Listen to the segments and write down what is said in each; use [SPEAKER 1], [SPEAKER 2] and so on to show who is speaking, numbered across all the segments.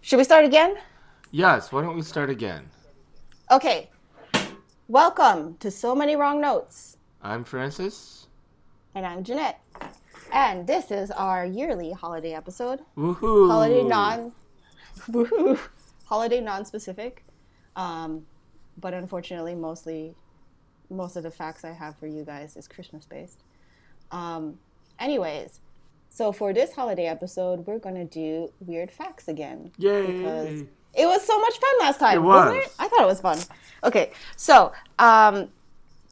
[SPEAKER 1] Should we start again?
[SPEAKER 2] Yes, why don't we start again?
[SPEAKER 1] Okay. Welcome to So Many Wrong Notes.
[SPEAKER 2] I'm Francis.
[SPEAKER 1] And I'm Jeanette. And this is our yearly holiday episode.
[SPEAKER 2] Woohoo!
[SPEAKER 1] Holiday non woohoo. Holiday non specific. Um, but unfortunately mostly most of the facts I have for you guys is Christmas based. Um, anyways, so for this holiday episode, we're gonna do weird facts again. because
[SPEAKER 2] Yay!
[SPEAKER 1] it was so much fun last time.
[SPEAKER 2] It
[SPEAKER 1] wasn't
[SPEAKER 2] was.
[SPEAKER 1] it? I thought it was fun. Okay, so um,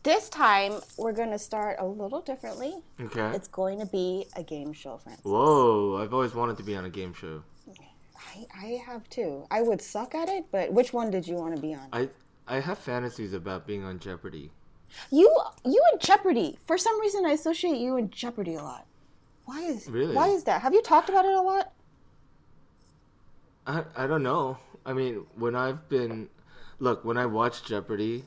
[SPEAKER 1] this time we're gonna start a little differently.
[SPEAKER 2] Okay.
[SPEAKER 1] It's going to be a game show, friends.
[SPEAKER 2] Whoa, I've always wanted to be on a game show.
[SPEAKER 1] I, I have too. I would suck at it, but which one did you want to be on?
[SPEAKER 2] I I have fantasies about being on Jeopardy.
[SPEAKER 1] You you and Jeopardy. For some reason, I associate you and Jeopardy a lot. Why is
[SPEAKER 2] Really?
[SPEAKER 1] why is that? Have you talked about it a lot?
[SPEAKER 2] I I don't know. I mean, when I've been look, when I watch Jeopardy,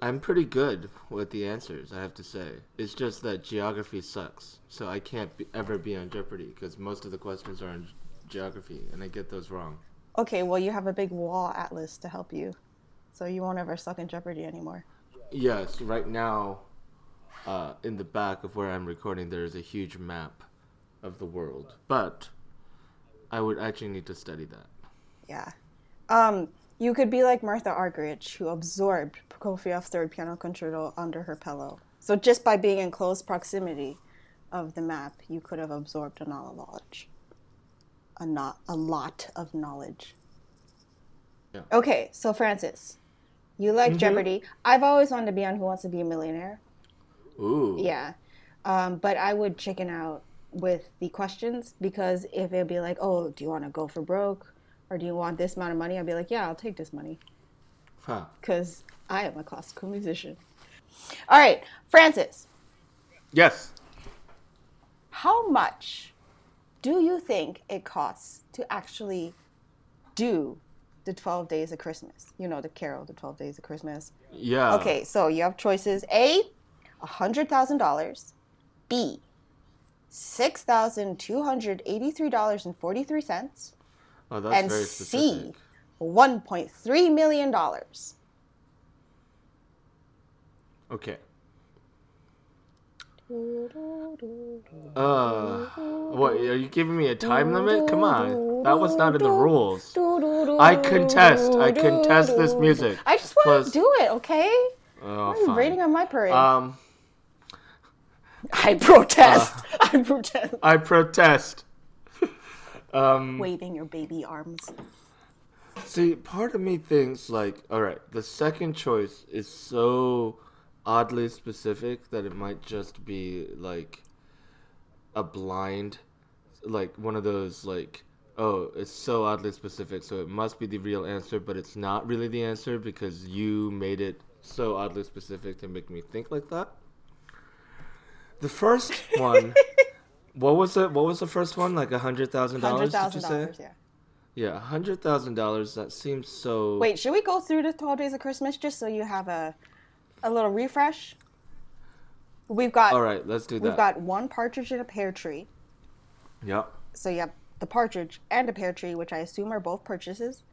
[SPEAKER 2] I'm pretty good with the answers, I have to say. It's just that geography sucks. So I can't be, ever be on Jeopardy because most of the questions are on geography and I get those wrong.
[SPEAKER 1] Okay, well you have a big wall atlas to help you, so you won't ever suck in Jeopardy anymore.
[SPEAKER 2] Yes, right now, uh, in the back of where I'm recording, there is a huge map of the world. But I would actually need to study that.
[SPEAKER 1] Yeah. Um, you could be like Martha Argerich, who absorbed Prokofiev's third piano concerto under her pillow. So just by being in close proximity of the map, you could have absorbed a lot of knowledge. A not a lot of knowledge.
[SPEAKER 2] Yeah.
[SPEAKER 1] Okay, so Francis, you like Jeopardy. I've always wanted to be on Who Wants to Be a Millionaire.
[SPEAKER 2] Ooh.
[SPEAKER 1] Yeah. Um, but I would chicken out with the questions because if it'd be like, oh, do you want to go for broke or do you want this amount of money? I'd be like, yeah, I'll take this money
[SPEAKER 2] Huh.
[SPEAKER 1] because I am a classical musician. All right, Francis,
[SPEAKER 2] Yes.
[SPEAKER 1] how much do you think it costs to actually do the 12 days of Christmas? You know, the carol, the 12 days of Christmas.
[SPEAKER 2] Yeah.
[SPEAKER 1] Okay, so you have choices A, $100,000, B, $6,283.43,
[SPEAKER 2] Oh, that's
[SPEAKER 1] and
[SPEAKER 2] very
[SPEAKER 1] C,
[SPEAKER 2] specific.
[SPEAKER 1] $1.3 million.
[SPEAKER 2] Okay. Uh, what? Are you giving me a time limit? Come on. That was not in the rules. I contest. I contest this music.
[SPEAKER 1] I just want
[SPEAKER 2] Plus-
[SPEAKER 1] to do it, okay?
[SPEAKER 2] Oh,
[SPEAKER 1] You're
[SPEAKER 2] fine.
[SPEAKER 1] raining on my parade.
[SPEAKER 2] Um,
[SPEAKER 1] I protest.
[SPEAKER 2] uh.
[SPEAKER 1] I protest.
[SPEAKER 2] I protest. um.
[SPEAKER 1] Waving your baby arms.
[SPEAKER 2] See, part of me thinks like, all right, the second choice is so oddly specific that it might just be like a blind, like one of those like, oh, it's so oddly specific, so it must be the real answer, but it's not really the answer because you made it so oddly specific to make me think like that. The first one, what was it? What was the first one? Like a hundred thousand dollars? Did you say?
[SPEAKER 1] $100,000, yeah.
[SPEAKER 2] Yeah, hundred thousand dollars. That seems so.
[SPEAKER 1] Wait, should we go through the 12 days of Christmas just so you have a a little refresh? We've got
[SPEAKER 2] All right, let's do that.
[SPEAKER 1] we've got one partridge in a pear tree.
[SPEAKER 2] Yep.
[SPEAKER 1] So you have the partridge and a pear tree, which I assume are both purchases.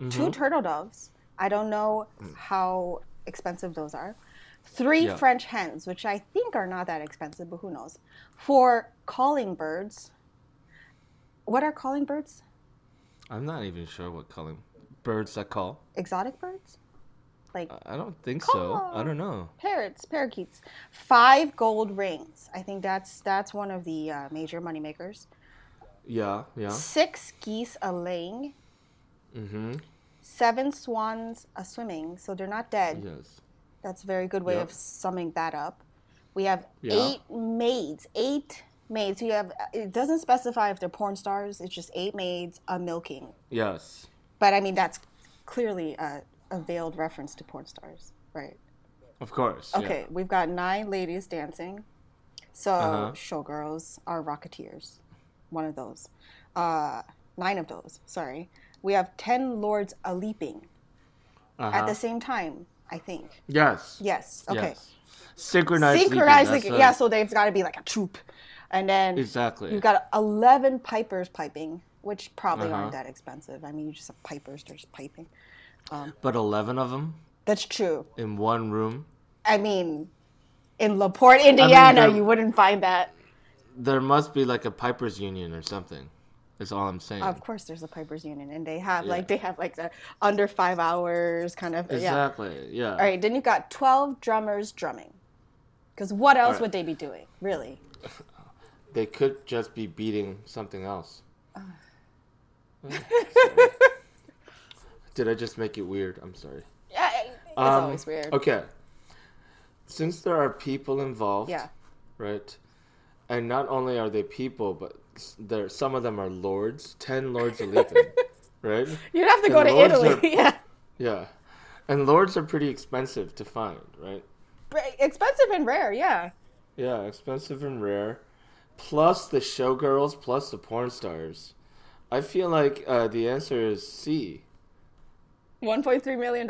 [SPEAKER 2] Mm-hmm.
[SPEAKER 1] Two turtle doves. I don't know how expensive those are. Three
[SPEAKER 2] Yeah.
[SPEAKER 1] French hens, which I think are not that expensive, but who knows. Four calling birds. What are calling birds?
[SPEAKER 2] I'm not even sure what calling birds that call.
[SPEAKER 1] Exotic birds? Like
[SPEAKER 2] I- I don't think so.
[SPEAKER 1] Caw.
[SPEAKER 2] I don't know.
[SPEAKER 1] parrots, parakeets, five gold rings. I think that's that's one of the uh, major moneymakers.
[SPEAKER 2] Yeah, yeah.
[SPEAKER 1] Six geese a laying,
[SPEAKER 2] Mm-hmm.
[SPEAKER 1] seven swans a swimming. So they're not dead.
[SPEAKER 2] Yes.
[SPEAKER 1] That's a very good way
[SPEAKER 2] Yeah.
[SPEAKER 1] of summing that up. We have
[SPEAKER 2] Yeah.
[SPEAKER 1] eight maids. Eight maids. We have. It doesn't specify if they're porn stars. It's just eight maids a milking.
[SPEAKER 2] Yes.
[SPEAKER 1] But I mean that's clearly a, a veiled reference to porn stars, right?
[SPEAKER 2] Of course. yeah.
[SPEAKER 1] Okay, we've got nine ladies dancing. So
[SPEAKER 2] Uh-huh.
[SPEAKER 1] showgirls are rocketeers, one of those. Uh, nine of those. Sorry, we have ten lords a leaping
[SPEAKER 2] Uh-huh.
[SPEAKER 1] at the same time. I think.
[SPEAKER 2] Yes.
[SPEAKER 1] Yes. Okay.
[SPEAKER 2] Yes. Synchronized. leaping,
[SPEAKER 1] Synchronized.
[SPEAKER 2] that's
[SPEAKER 1] leaping.
[SPEAKER 2] right.
[SPEAKER 1] yeah. So they've got to be like a troop, and then
[SPEAKER 2] Exactly.
[SPEAKER 1] you've got eleven pipers piping, which probably
[SPEAKER 2] Uh-huh.
[SPEAKER 1] aren't that expensive. I mean, you just have pipers, they're just piping.
[SPEAKER 2] But 11 of them
[SPEAKER 1] That's true.
[SPEAKER 2] in one room.
[SPEAKER 1] I mean, in LaPorte, Indiana,
[SPEAKER 2] they're-
[SPEAKER 1] you wouldn't find that.
[SPEAKER 2] There must be like a Piper's Union or something. Is all I'm saying.
[SPEAKER 1] Of course, there's a pipers union, and they have like they
[SPEAKER 2] Yeah.
[SPEAKER 1] have like the under five hours kind of yeah.
[SPEAKER 2] exactly. Yeah.
[SPEAKER 1] All right, then you got 12 drummers drumming. Because what else
[SPEAKER 2] Right.
[SPEAKER 1] would they be doing, really?
[SPEAKER 2] They could just be beating something else. Did I just make it weird? I'm sorry.
[SPEAKER 1] Yeah, it- it's
[SPEAKER 2] Um,
[SPEAKER 1] always weird.
[SPEAKER 2] Okay. Since there are people involved,
[SPEAKER 1] Yeah.
[SPEAKER 2] right? And not only are they people, but s- there some of them are lords. Ten lords are leaving, right?
[SPEAKER 1] You'd have to
[SPEAKER 2] The
[SPEAKER 1] go to
[SPEAKER 2] lords
[SPEAKER 1] Italy.
[SPEAKER 2] are-
[SPEAKER 1] yeah.
[SPEAKER 2] Yeah, and lords are pretty expensive to find, right?
[SPEAKER 1] Bra- Expensive and rare, yeah.
[SPEAKER 2] Yeah, expensive and rare. Plus the showgirls, plus the porn stars. I feel like uh, the answer is C.
[SPEAKER 1] $1.3 million?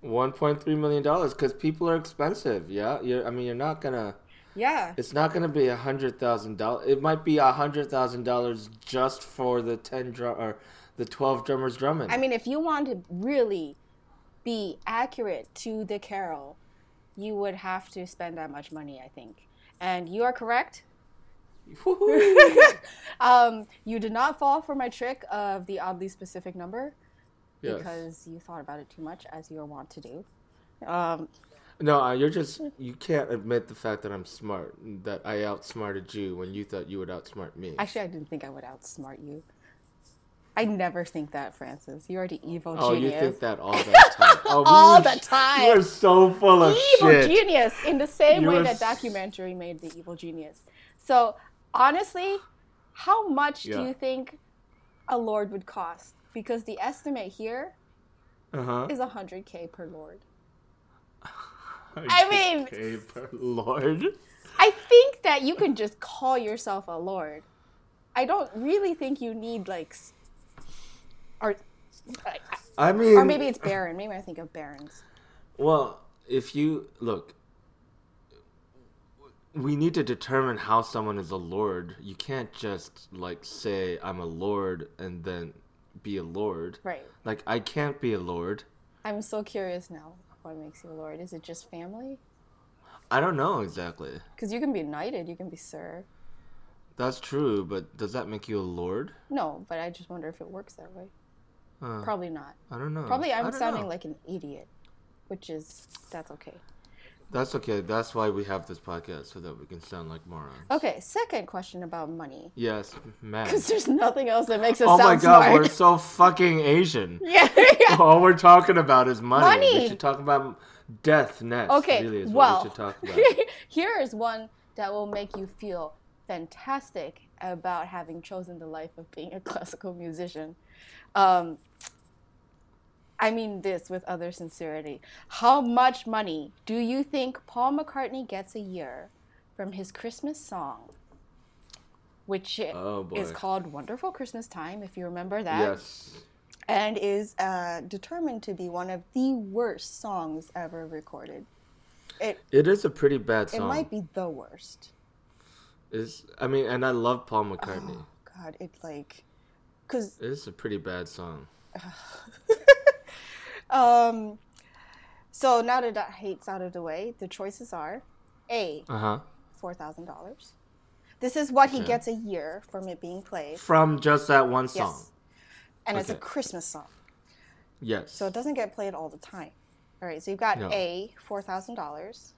[SPEAKER 2] One point three million dollars, because people are expensive. Yeah, you're, I mean, you're not gonna.
[SPEAKER 1] Yeah.
[SPEAKER 2] It's not gonna be a hundred thousand dollars. It might be a hundred thousand dollars just for the ten drum or the twelve drummers drumming.
[SPEAKER 1] I mean, if you want to really be accurate to the carol, you would have to spend that much money, I think. And you are correct.
[SPEAKER 2] Woohoo.
[SPEAKER 1] Um, you did not fall for my trick of the oddly specific number
[SPEAKER 2] Yes.
[SPEAKER 1] because you thought about it too much, as you are wont to do. Um,
[SPEAKER 2] No, uh, you're just you can't admit the fact that I'm smart. That I outsmarted you when you thought you would outsmart me.
[SPEAKER 1] Actually, I didn't think I would outsmart you. I never think that, Francis. You are the evil
[SPEAKER 2] Oh,
[SPEAKER 1] genius.
[SPEAKER 2] you think that all the time? Oh,
[SPEAKER 1] All
[SPEAKER 2] you-
[SPEAKER 1] the time.
[SPEAKER 2] You are so full of
[SPEAKER 1] evil
[SPEAKER 2] shit.
[SPEAKER 1] genius in the same
[SPEAKER 2] You
[SPEAKER 1] way
[SPEAKER 2] are
[SPEAKER 1] that
[SPEAKER 2] s-
[SPEAKER 1] documentary made the evil genius. So honestly, how much do
[SPEAKER 2] Yeah.
[SPEAKER 1] you think a lord would cost? Because the estimate here
[SPEAKER 2] uh-huh.
[SPEAKER 1] is 100k per lord. I mean-
[SPEAKER 2] Paper Lord.
[SPEAKER 1] I think that you can just call yourself a lord. I don't really think you need like, s- or
[SPEAKER 2] I mean,
[SPEAKER 1] or maybe it's baron. Maybe I think of barons.
[SPEAKER 2] well, if you look, we need to determine how someone is a lord. You can't just like say I'm a lord and then be a lord.
[SPEAKER 1] Right.
[SPEAKER 2] Like I can't be a lord.
[SPEAKER 1] I'm so curious now. What makes you a lord? Is it just family?
[SPEAKER 2] I don't know exactly.
[SPEAKER 1] Because you can be knighted, you can be sir.
[SPEAKER 2] That's true, but does that make you a lord?
[SPEAKER 1] No, but I just wonder if it works that way.
[SPEAKER 2] Uh,
[SPEAKER 1] Probably not.
[SPEAKER 2] I don't know.
[SPEAKER 1] Probably
[SPEAKER 2] I
[SPEAKER 1] I'm
[SPEAKER 2] don't
[SPEAKER 1] sounding
[SPEAKER 2] know.
[SPEAKER 1] like an idiot, which is that's okay.
[SPEAKER 2] That's okay. That's why we have this podcast so that we can sound like morons.
[SPEAKER 1] Okay, second question about money.
[SPEAKER 2] Yes, man.
[SPEAKER 1] Because there's nothing else that makes us
[SPEAKER 2] Oh my
[SPEAKER 1] sound
[SPEAKER 2] god,
[SPEAKER 1] smart.
[SPEAKER 2] we're so fucking Asian.
[SPEAKER 1] yeah, yeah.
[SPEAKER 2] All we're talking about is money.
[SPEAKER 1] Money!
[SPEAKER 2] We should talk about death next.
[SPEAKER 1] Okay,
[SPEAKER 2] really is
[SPEAKER 1] well,
[SPEAKER 2] what we should talk about.
[SPEAKER 1] here is one that will make you feel fantastic about having chosen the life of being a classical musician. Um, I mean this with other sincerity. How much money do you think Paul McCartney gets a year from his Christmas song, which i-
[SPEAKER 2] Oh, boy.
[SPEAKER 1] is called "Wonderful Christmas Time"? If you remember that,
[SPEAKER 2] yes.
[SPEAKER 1] and is uh, determined to be one of the worst songs ever recorded. It
[SPEAKER 2] It is a pretty bad
[SPEAKER 1] it
[SPEAKER 2] song.
[SPEAKER 1] might be the worst.
[SPEAKER 2] It's, I mean, and I love Paul
[SPEAKER 1] Oh.
[SPEAKER 2] McCartney.
[SPEAKER 1] God, it like, cause
[SPEAKER 2] It is a pretty bad song.
[SPEAKER 1] um, so now that that hate's out of the way, the choices are, a
[SPEAKER 2] Uh huh.
[SPEAKER 1] four thousand dollars. This is what he
[SPEAKER 2] Okay.
[SPEAKER 1] gets a year from it being played,
[SPEAKER 2] From just that one song.
[SPEAKER 1] Yes. and it's a
[SPEAKER 2] Okay.
[SPEAKER 1] Christmas song,
[SPEAKER 2] Yes.
[SPEAKER 1] so it doesn't get played all the time. All right, so you've got
[SPEAKER 2] No.
[SPEAKER 1] a four thousand dollars,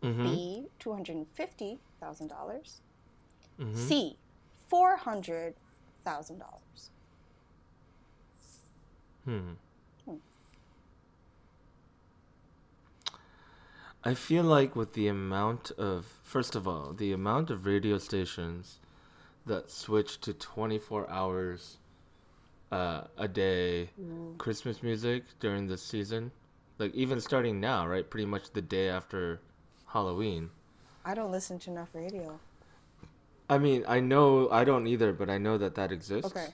[SPEAKER 2] Mhm.
[SPEAKER 1] B two hundred and fifty thousand dollars,
[SPEAKER 2] Mm-hmm.
[SPEAKER 1] C four hundred thousand dollars.
[SPEAKER 2] I feel like with the amount of, first of all, the amount of radio stations that switch to 24 hours uh, a day Christmas music during this season, like even starting now, right? Pretty much the day after Halloween.
[SPEAKER 1] I don't listen to enough radio.
[SPEAKER 2] I mean, I know, I don't either, but I know that that exists.
[SPEAKER 1] Okay.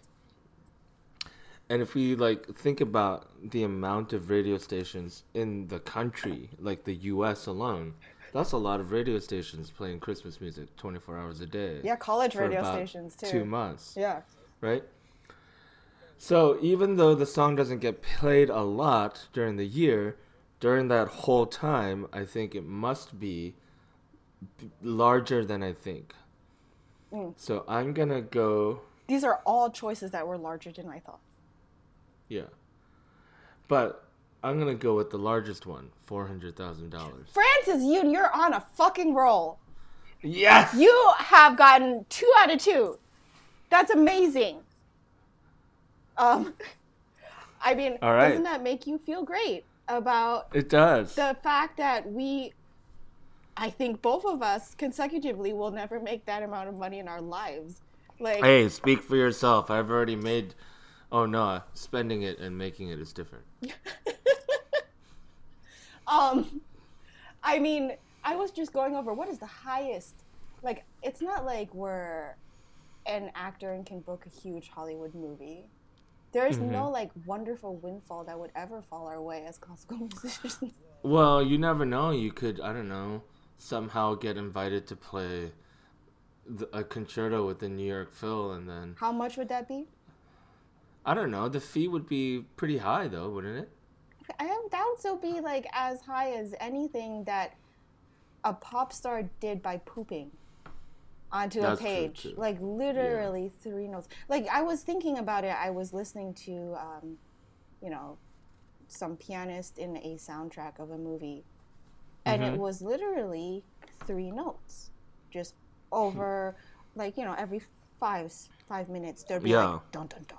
[SPEAKER 2] And if we like think about the amount of radio stations in the country, like the U.S. alone, that's a lot of radio stations playing Christmas music 24 hours a day.
[SPEAKER 1] Yeah, college
[SPEAKER 2] for
[SPEAKER 1] radio
[SPEAKER 2] about
[SPEAKER 1] stations too.
[SPEAKER 2] Two months,
[SPEAKER 1] Yeah.
[SPEAKER 2] right? So even though the song doesn't get played a lot during the year, during that whole time, I think it must be b- larger than I think.
[SPEAKER 1] Mm.
[SPEAKER 2] So I'm gonna go,
[SPEAKER 1] These are all choices that were larger than I thought.
[SPEAKER 2] yeah, but I'm gonna go with the largest one, four hundred thousand dollars.
[SPEAKER 1] Francis, you you're on a fucking roll.
[SPEAKER 2] Yes.
[SPEAKER 1] You have gotten two out of two. That's amazing. Um, I mean,
[SPEAKER 2] All right.
[SPEAKER 1] doesn't that make you feel great about
[SPEAKER 2] It does.
[SPEAKER 1] the fact that we, I think both of us consecutively will never make that amount of money in our lives? Like,
[SPEAKER 2] Hey, speak for yourself. I've already made. Oh no, spending it and making it is different.
[SPEAKER 1] um, I mean, I was just going over what is the highest. Like, it's not like we're an actor and can book a huge Hollywood movie. There is no like wonderful windfall that would ever fall our way as classical musicians.
[SPEAKER 2] Well, you never know. You could, I don't know, somehow get invited to play the, a concerto with the New York Phil, and then
[SPEAKER 1] How much would that be?
[SPEAKER 2] I don't know. The fee would be pretty high, though, wouldn't it?
[SPEAKER 1] I don't- that would still be like as high as anything that a pop star did by pooping onto
[SPEAKER 2] That's
[SPEAKER 1] a
[SPEAKER 2] true,
[SPEAKER 1] page.
[SPEAKER 2] too.
[SPEAKER 1] Like literally three notes. Like I was thinking about it. I was listening to, um, you know, some pianist in a soundtrack of a movie, and
[SPEAKER 2] Mm-hmm.
[SPEAKER 1] it was literally three notes, just over, like you know, every five five minutes there'd be
[SPEAKER 2] Yeah.
[SPEAKER 1] like dun dun dun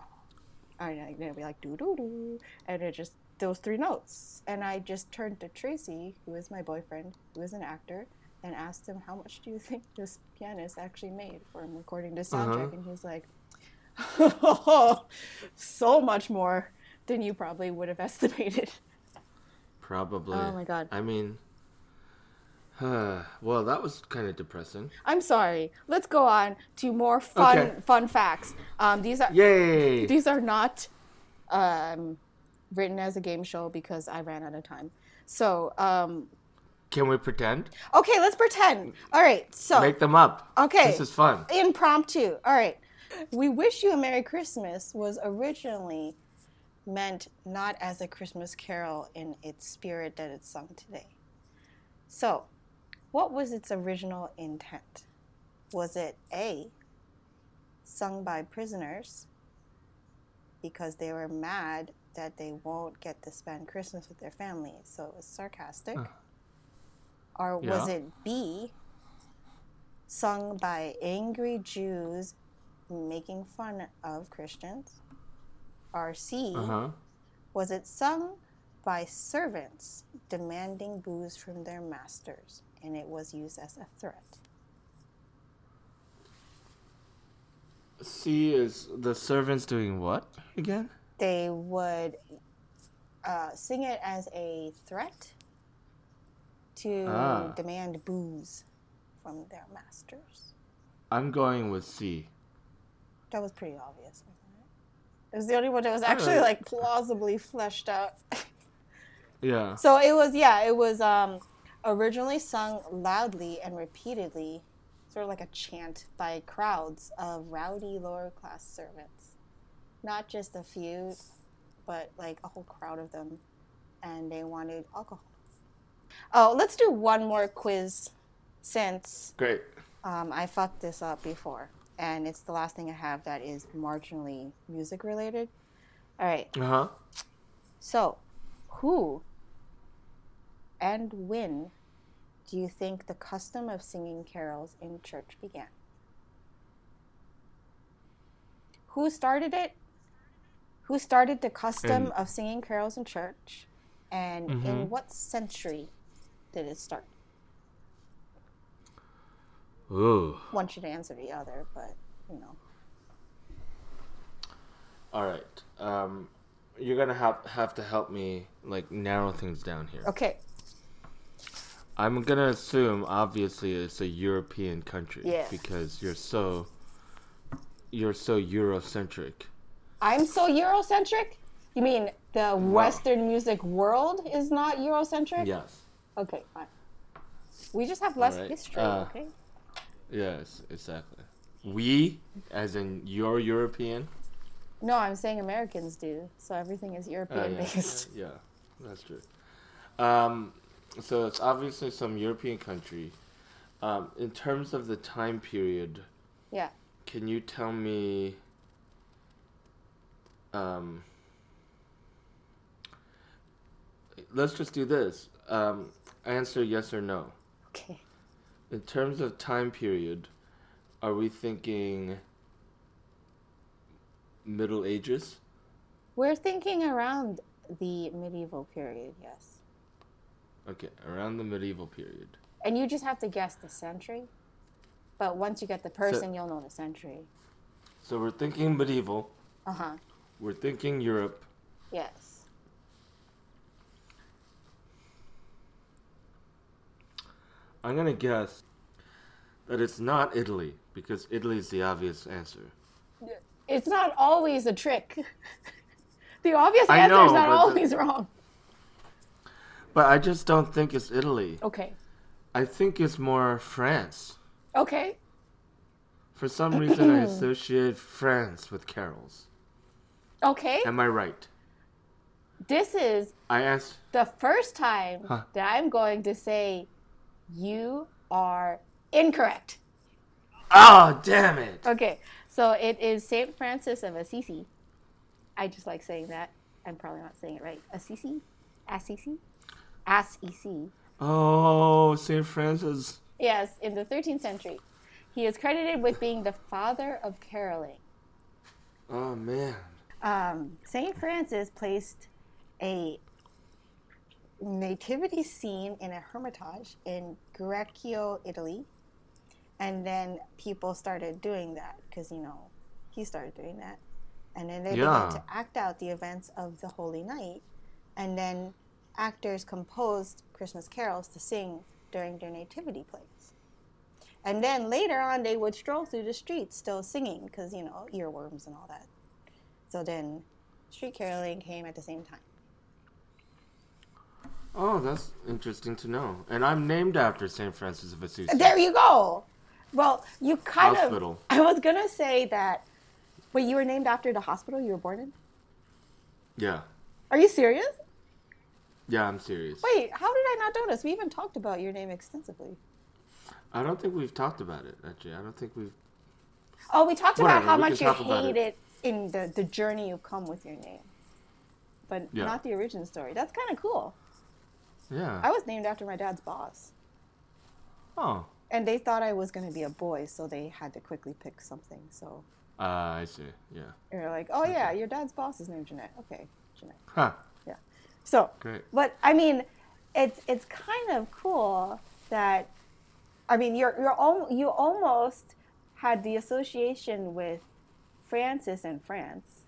[SPEAKER 1] and I- and it'd be like doo doo doo, and it just those three notes. And I just turned to Tracy, who is my boyfriend, who is an actor, and asked him, "How much do you think this pianist actually made for him recording this soundtrack?"
[SPEAKER 2] Uh-huh.
[SPEAKER 1] And he's like, "So much more than you probably would have estimated."
[SPEAKER 2] Probably.
[SPEAKER 1] Oh my God.
[SPEAKER 2] I mean, well, that was kind of depressing.
[SPEAKER 1] I'm sorry. Let's go on to more fun
[SPEAKER 2] Okay.
[SPEAKER 1] fun facts. Um, these are
[SPEAKER 2] Yay!
[SPEAKER 1] these are not um, written as a game show because I ran out of time. So. Um,
[SPEAKER 2] Can we pretend?
[SPEAKER 1] Okay, let's pretend. All right, so
[SPEAKER 2] Make them up.
[SPEAKER 1] Oh, Okay.
[SPEAKER 2] This is fun.
[SPEAKER 1] impromptu. All right. We Wish You a Merry Christmas was originally meant not as a Christmas carol in its spirit that it's sung today. So, what was its original intent? Was it A, sung by prisoners because they were mad that they won't get to spend Christmas with their family, so it was sarcastic? Or was
[SPEAKER 2] Yeah.
[SPEAKER 1] it B, sung by angry Jews making fun of Christians? Or C,
[SPEAKER 2] Uh huh.
[SPEAKER 1] was it sung by servants demanding booze from their masters, and it was used as a threat?
[SPEAKER 2] C is the servants doing what again?
[SPEAKER 1] They would uh, sing it as a threat to
[SPEAKER 2] Ah.
[SPEAKER 1] demand booze from their masters.
[SPEAKER 2] I'm going with C.
[SPEAKER 1] That was pretty obvious. wasn't it? It was the only one that was actually
[SPEAKER 2] right.
[SPEAKER 1] like plausibly fleshed out.
[SPEAKER 2] Yeah.
[SPEAKER 1] So it was, yeah, it was um, originally sung loudly and repeatedly, sort of like a chant by crowds of rowdy lower class servants. Not just a few, but like a whole crowd of them. And they wanted alcohol. Oh, let's do one more quiz since
[SPEAKER 2] Great.
[SPEAKER 1] um, I fucked this up before. And it's the last thing I have that is marginally music related. All right.
[SPEAKER 2] Uh huh.
[SPEAKER 1] So, who and when do you think the custom of singing carols in church began? Who started it? Who started the custom
[SPEAKER 2] And-
[SPEAKER 1] of singing carols in church? And in what century did it start?
[SPEAKER 2] Ooh.
[SPEAKER 1] One should answer the other, but you know.
[SPEAKER 2] All right. Um, you're gonna have have to help me like narrow things down here.
[SPEAKER 1] Okay.
[SPEAKER 2] I'm gonna assume obviously it's a European country
[SPEAKER 1] Yeah.
[SPEAKER 2] because you're so you're so Eurocentric.
[SPEAKER 1] I'm so Eurocentric? You mean the Western music world is not Eurocentric?
[SPEAKER 2] Yes.
[SPEAKER 1] Okay, fine. We just have less
[SPEAKER 2] Alright,
[SPEAKER 1] history,
[SPEAKER 2] uh,
[SPEAKER 1] okay?
[SPEAKER 2] Yes. Exactly. We, as in you're European,
[SPEAKER 1] No, I'm saying Americans do. So everything is
[SPEAKER 2] Uh,
[SPEAKER 1] European
[SPEAKER 2] yeah.
[SPEAKER 1] based.
[SPEAKER 2] yeah, that's true. Um, so it's obviously some European country. Um, in terms of the time period,
[SPEAKER 1] Yeah.
[SPEAKER 2] can you tell me? Um, let's just do this. Um, answer yes or no.
[SPEAKER 1] Okay.
[SPEAKER 2] In terms of time period, are we thinking Middle Ages?
[SPEAKER 1] We're thinking around the medieval period, yes.
[SPEAKER 2] Okay, around the medieval period.
[SPEAKER 1] And you just have to guess the century. But once you get the person, you'll know the century.
[SPEAKER 2] So we're thinking medieval.
[SPEAKER 1] Uh huh.
[SPEAKER 2] We're thinking Europe.
[SPEAKER 1] Yes.
[SPEAKER 2] I'm gonna guess that it's not Italy because Italy is the obvious answer.
[SPEAKER 1] It's not always a trick. the obvious
[SPEAKER 2] I
[SPEAKER 1] answer is
[SPEAKER 2] know,
[SPEAKER 1] not
[SPEAKER 2] but the-
[SPEAKER 1] always wrong.
[SPEAKER 2] But I just don't think it's Italy.
[SPEAKER 1] Okay.
[SPEAKER 2] I think it's more France.
[SPEAKER 1] Okay.
[SPEAKER 2] For some reason, I associate France with carols.
[SPEAKER 1] Okay.
[SPEAKER 2] Am I right?
[SPEAKER 1] This is
[SPEAKER 2] I asked.
[SPEAKER 1] the first time
[SPEAKER 2] Huh.
[SPEAKER 1] that I'm going to say you are incorrect.
[SPEAKER 2] Oh, damn it!
[SPEAKER 1] Okay, so it is Saint Francis of Assisi. I just like saying that. I'm probably not saying it right. Assisi, Assisi, Assisi.
[SPEAKER 2] Oh, St. Francis.
[SPEAKER 1] Yes, in the 13th century, he is credited with being the father of caroling.
[SPEAKER 2] Oh, man.
[SPEAKER 1] um, St. Francis placed a nativity scene in a hermitage in Greccio, Italy. And then people started doing that because, you know, he started doing that. And then they
[SPEAKER 2] Yeah.
[SPEAKER 1] began to act out the events of the Holy Night. And then actors composed Christmas carols to sing during their nativity plays. And then later on, they would stroll through the streets still singing because, you know, earworms and all that. So then street caroling came at the same time.
[SPEAKER 2] Oh, that's interesting to know. And I'm named after St. Francis of Assisi.
[SPEAKER 1] There you go. Well, you kind
[SPEAKER 2] Hospital.
[SPEAKER 1] of. I was going to say that. Wait, you were named after the hospital you were born in?
[SPEAKER 2] Yeah.
[SPEAKER 1] Are you serious?
[SPEAKER 2] Yeah, I'm serious.
[SPEAKER 1] Wait, how did I not notice? We even talked about your name extensively.
[SPEAKER 2] I don't think we've talked about it, actually. I don't think we've
[SPEAKER 1] Oh, we talked about
[SPEAKER 2] Whatever,
[SPEAKER 1] how
[SPEAKER 2] we can
[SPEAKER 1] much you
[SPEAKER 2] talk about
[SPEAKER 1] hate
[SPEAKER 2] it.
[SPEAKER 1] it in the, the journey you've come with your name, but
[SPEAKER 2] Yeah.
[SPEAKER 1] not the origin story. That's kind of cool.
[SPEAKER 2] Yeah.
[SPEAKER 1] I was named after my dad's boss,
[SPEAKER 2] Oh.
[SPEAKER 1] and they thought I was going to be a boy, so they had to quickly pick something. So
[SPEAKER 2] Uh, I see. Yeah.
[SPEAKER 1] they were like, oh, yeah, your dad's boss is named Jeanette. Okay, Jeanette.
[SPEAKER 2] Huh.
[SPEAKER 1] Yeah. So,
[SPEAKER 2] Great.
[SPEAKER 1] but I mean, it's it's kind of cool that I mean, you're you're al- you almost had the association with Francis and France.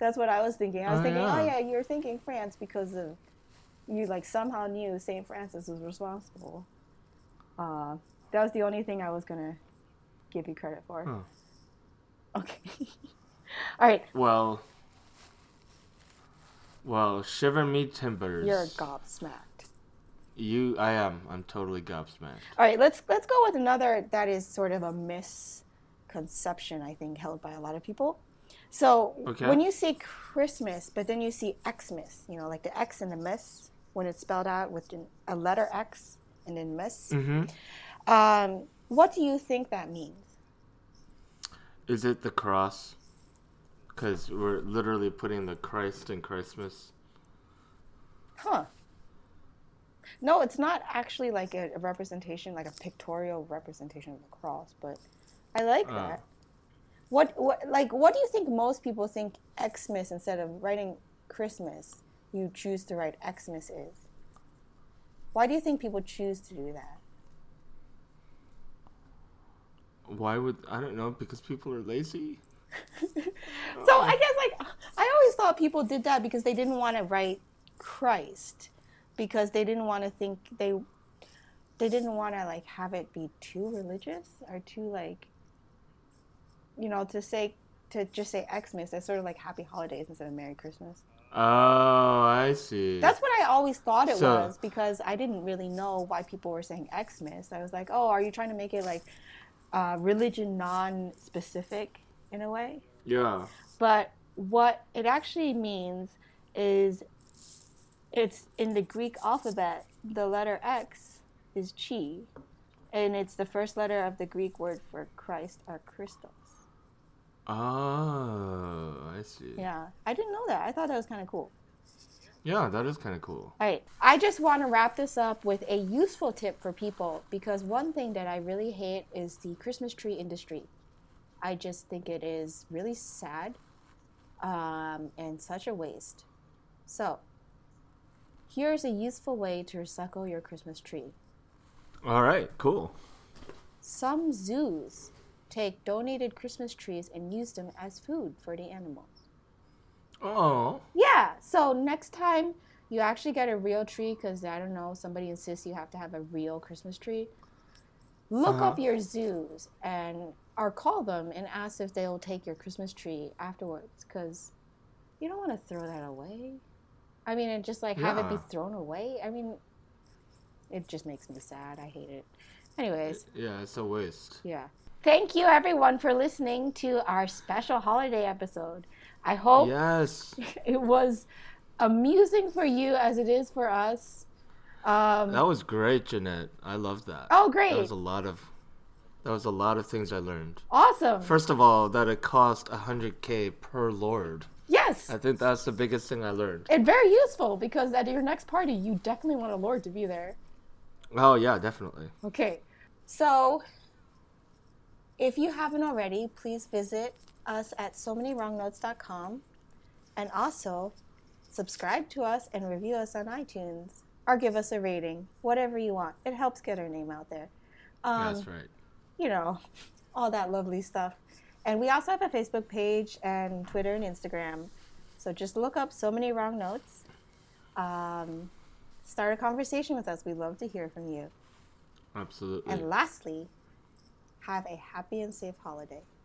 [SPEAKER 1] That's what I was thinking. I was
[SPEAKER 2] Oh,
[SPEAKER 1] thinking,
[SPEAKER 2] yeah.
[SPEAKER 1] oh yeah, you're thinking France because of you like somehow knew Saint Francis was responsible. Uh, that was the only thing I was gonna give you credit for.
[SPEAKER 2] Huh.
[SPEAKER 1] Okay. All right,
[SPEAKER 2] Well. Well, shiver me timbers.
[SPEAKER 1] you're gobsmacked.
[SPEAKER 2] You, I am. I'm totally gobsmacked.
[SPEAKER 1] All right, let's let's go with another that is sort of a misconception I think held by a lot of people. So
[SPEAKER 2] Okay.
[SPEAKER 1] when you say Christmas, but then you see Xmas, you know, like the X and the miss when it's spelled out with an- a letter X and then miss.
[SPEAKER 2] Mm-hmm.
[SPEAKER 1] Um, what do you think that means?
[SPEAKER 2] Is it the cross? Because we're literally putting the Christ in Christmas.
[SPEAKER 1] Huh. No, it's not actually like a, a representation, like a pictorial representation of the cross, but I like
[SPEAKER 2] Oh.
[SPEAKER 1] that. What, what, like, what do you think most people think Xmas instead of writing Christmas, you choose to write Xmas is? Why do you think people choose to do that?
[SPEAKER 2] Why would I don't know? Because people are lazy.
[SPEAKER 1] So I guess like I always thought people did that because they didn't want to write Christ because they didn't want to think they they didn't want to like have it be too religious or too like you know to say to just say Xmas that's sort of like happy holidays instead of Merry Christmas.
[SPEAKER 2] Oh, I see.
[SPEAKER 1] That's what I always thought it
[SPEAKER 2] So-
[SPEAKER 1] was because I didn't really know why people were saying Xmas. I was like, "Oh, are you trying to make it like uh, religion non-specific in a way?"
[SPEAKER 2] yeah.
[SPEAKER 1] But
[SPEAKER 3] what it actually means is it's in the Greek alphabet, the letter X is chi, and it's the first letter of the Greek word for Christ or Christos.
[SPEAKER 2] Oh, I see.
[SPEAKER 3] Yeah, I didn't know that. I thought that was kind of cool.
[SPEAKER 2] Yeah, that is kind of cool.
[SPEAKER 3] All right.
[SPEAKER 1] I just want to wrap this up with a useful tip for people because one thing that I really hate is the Christmas tree industry. I just think it is really sad um, and such a waste. So, here's a useful way to recycle your Christmas tree.
[SPEAKER 2] All right, cool.
[SPEAKER 1] Some zoos take donated Christmas trees and use them as food for the animals.
[SPEAKER 2] Oh,
[SPEAKER 1] Yeah. So next time you actually get a real tree because I don't know somebody insists you have to have a real Christmas tree. Look
[SPEAKER 2] Uh-huh.
[SPEAKER 1] up your zoos and or call them and ask if they'll take your Christmas tree afterwards because you don't want to throw that away. I mean, and just like have it be
[SPEAKER 2] Yeah.
[SPEAKER 1] thrown away. I mean, it just makes me sad. I hate it. Anyways,
[SPEAKER 2] yeah, it's a waste.
[SPEAKER 1] yeah.
[SPEAKER 3] Thank you, everyone, for listening to our special holiday episode. I
[SPEAKER 1] Oh.
[SPEAKER 3] hope
[SPEAKER 2] Yes.
[SPEAKER 1] it was amusing for you as it is for us. Um,
[SPEAKER 2] That was great, Jeanette. I love that.
[SPEAKER 3] Oh,
[SPEAKER 2] That
[SPEAKER 3] great.
[SPEAKER 2] was a lot of that was a lot of things I learned.
[SPEAKER 3] Awesome.
[SPEAKER 2] First of all, that it cost 100k per lord.
[SPEAKER 3] Yes.
[SPEAKER 2] I think that's the biggest thing I learned.
[SPEAKER 1] and very useful because at your next party, you definitely want a lord to be there.
[SPEAKER 2] Oh yeah, definitely.
[SPEAKER 1] Okay, so if you haven't already, please visit us at so many wrongnotes.com and also subscribe to us and review us on iTunes or give us a rating, whatever you want. It helps get our name out there. Um,
[SPEAKER 2] that's right.
[SPEAKER 1] you know, all that lovely stuff. And we also have a Facebook page and Twitter and Instagram. So just look up so many wrong notes. Um, start a conversation with us. we love to hear from you.
[SPEAKER 2] Absolutely.
[SPEAKER 1] And lastly, have a happy and safe holiday.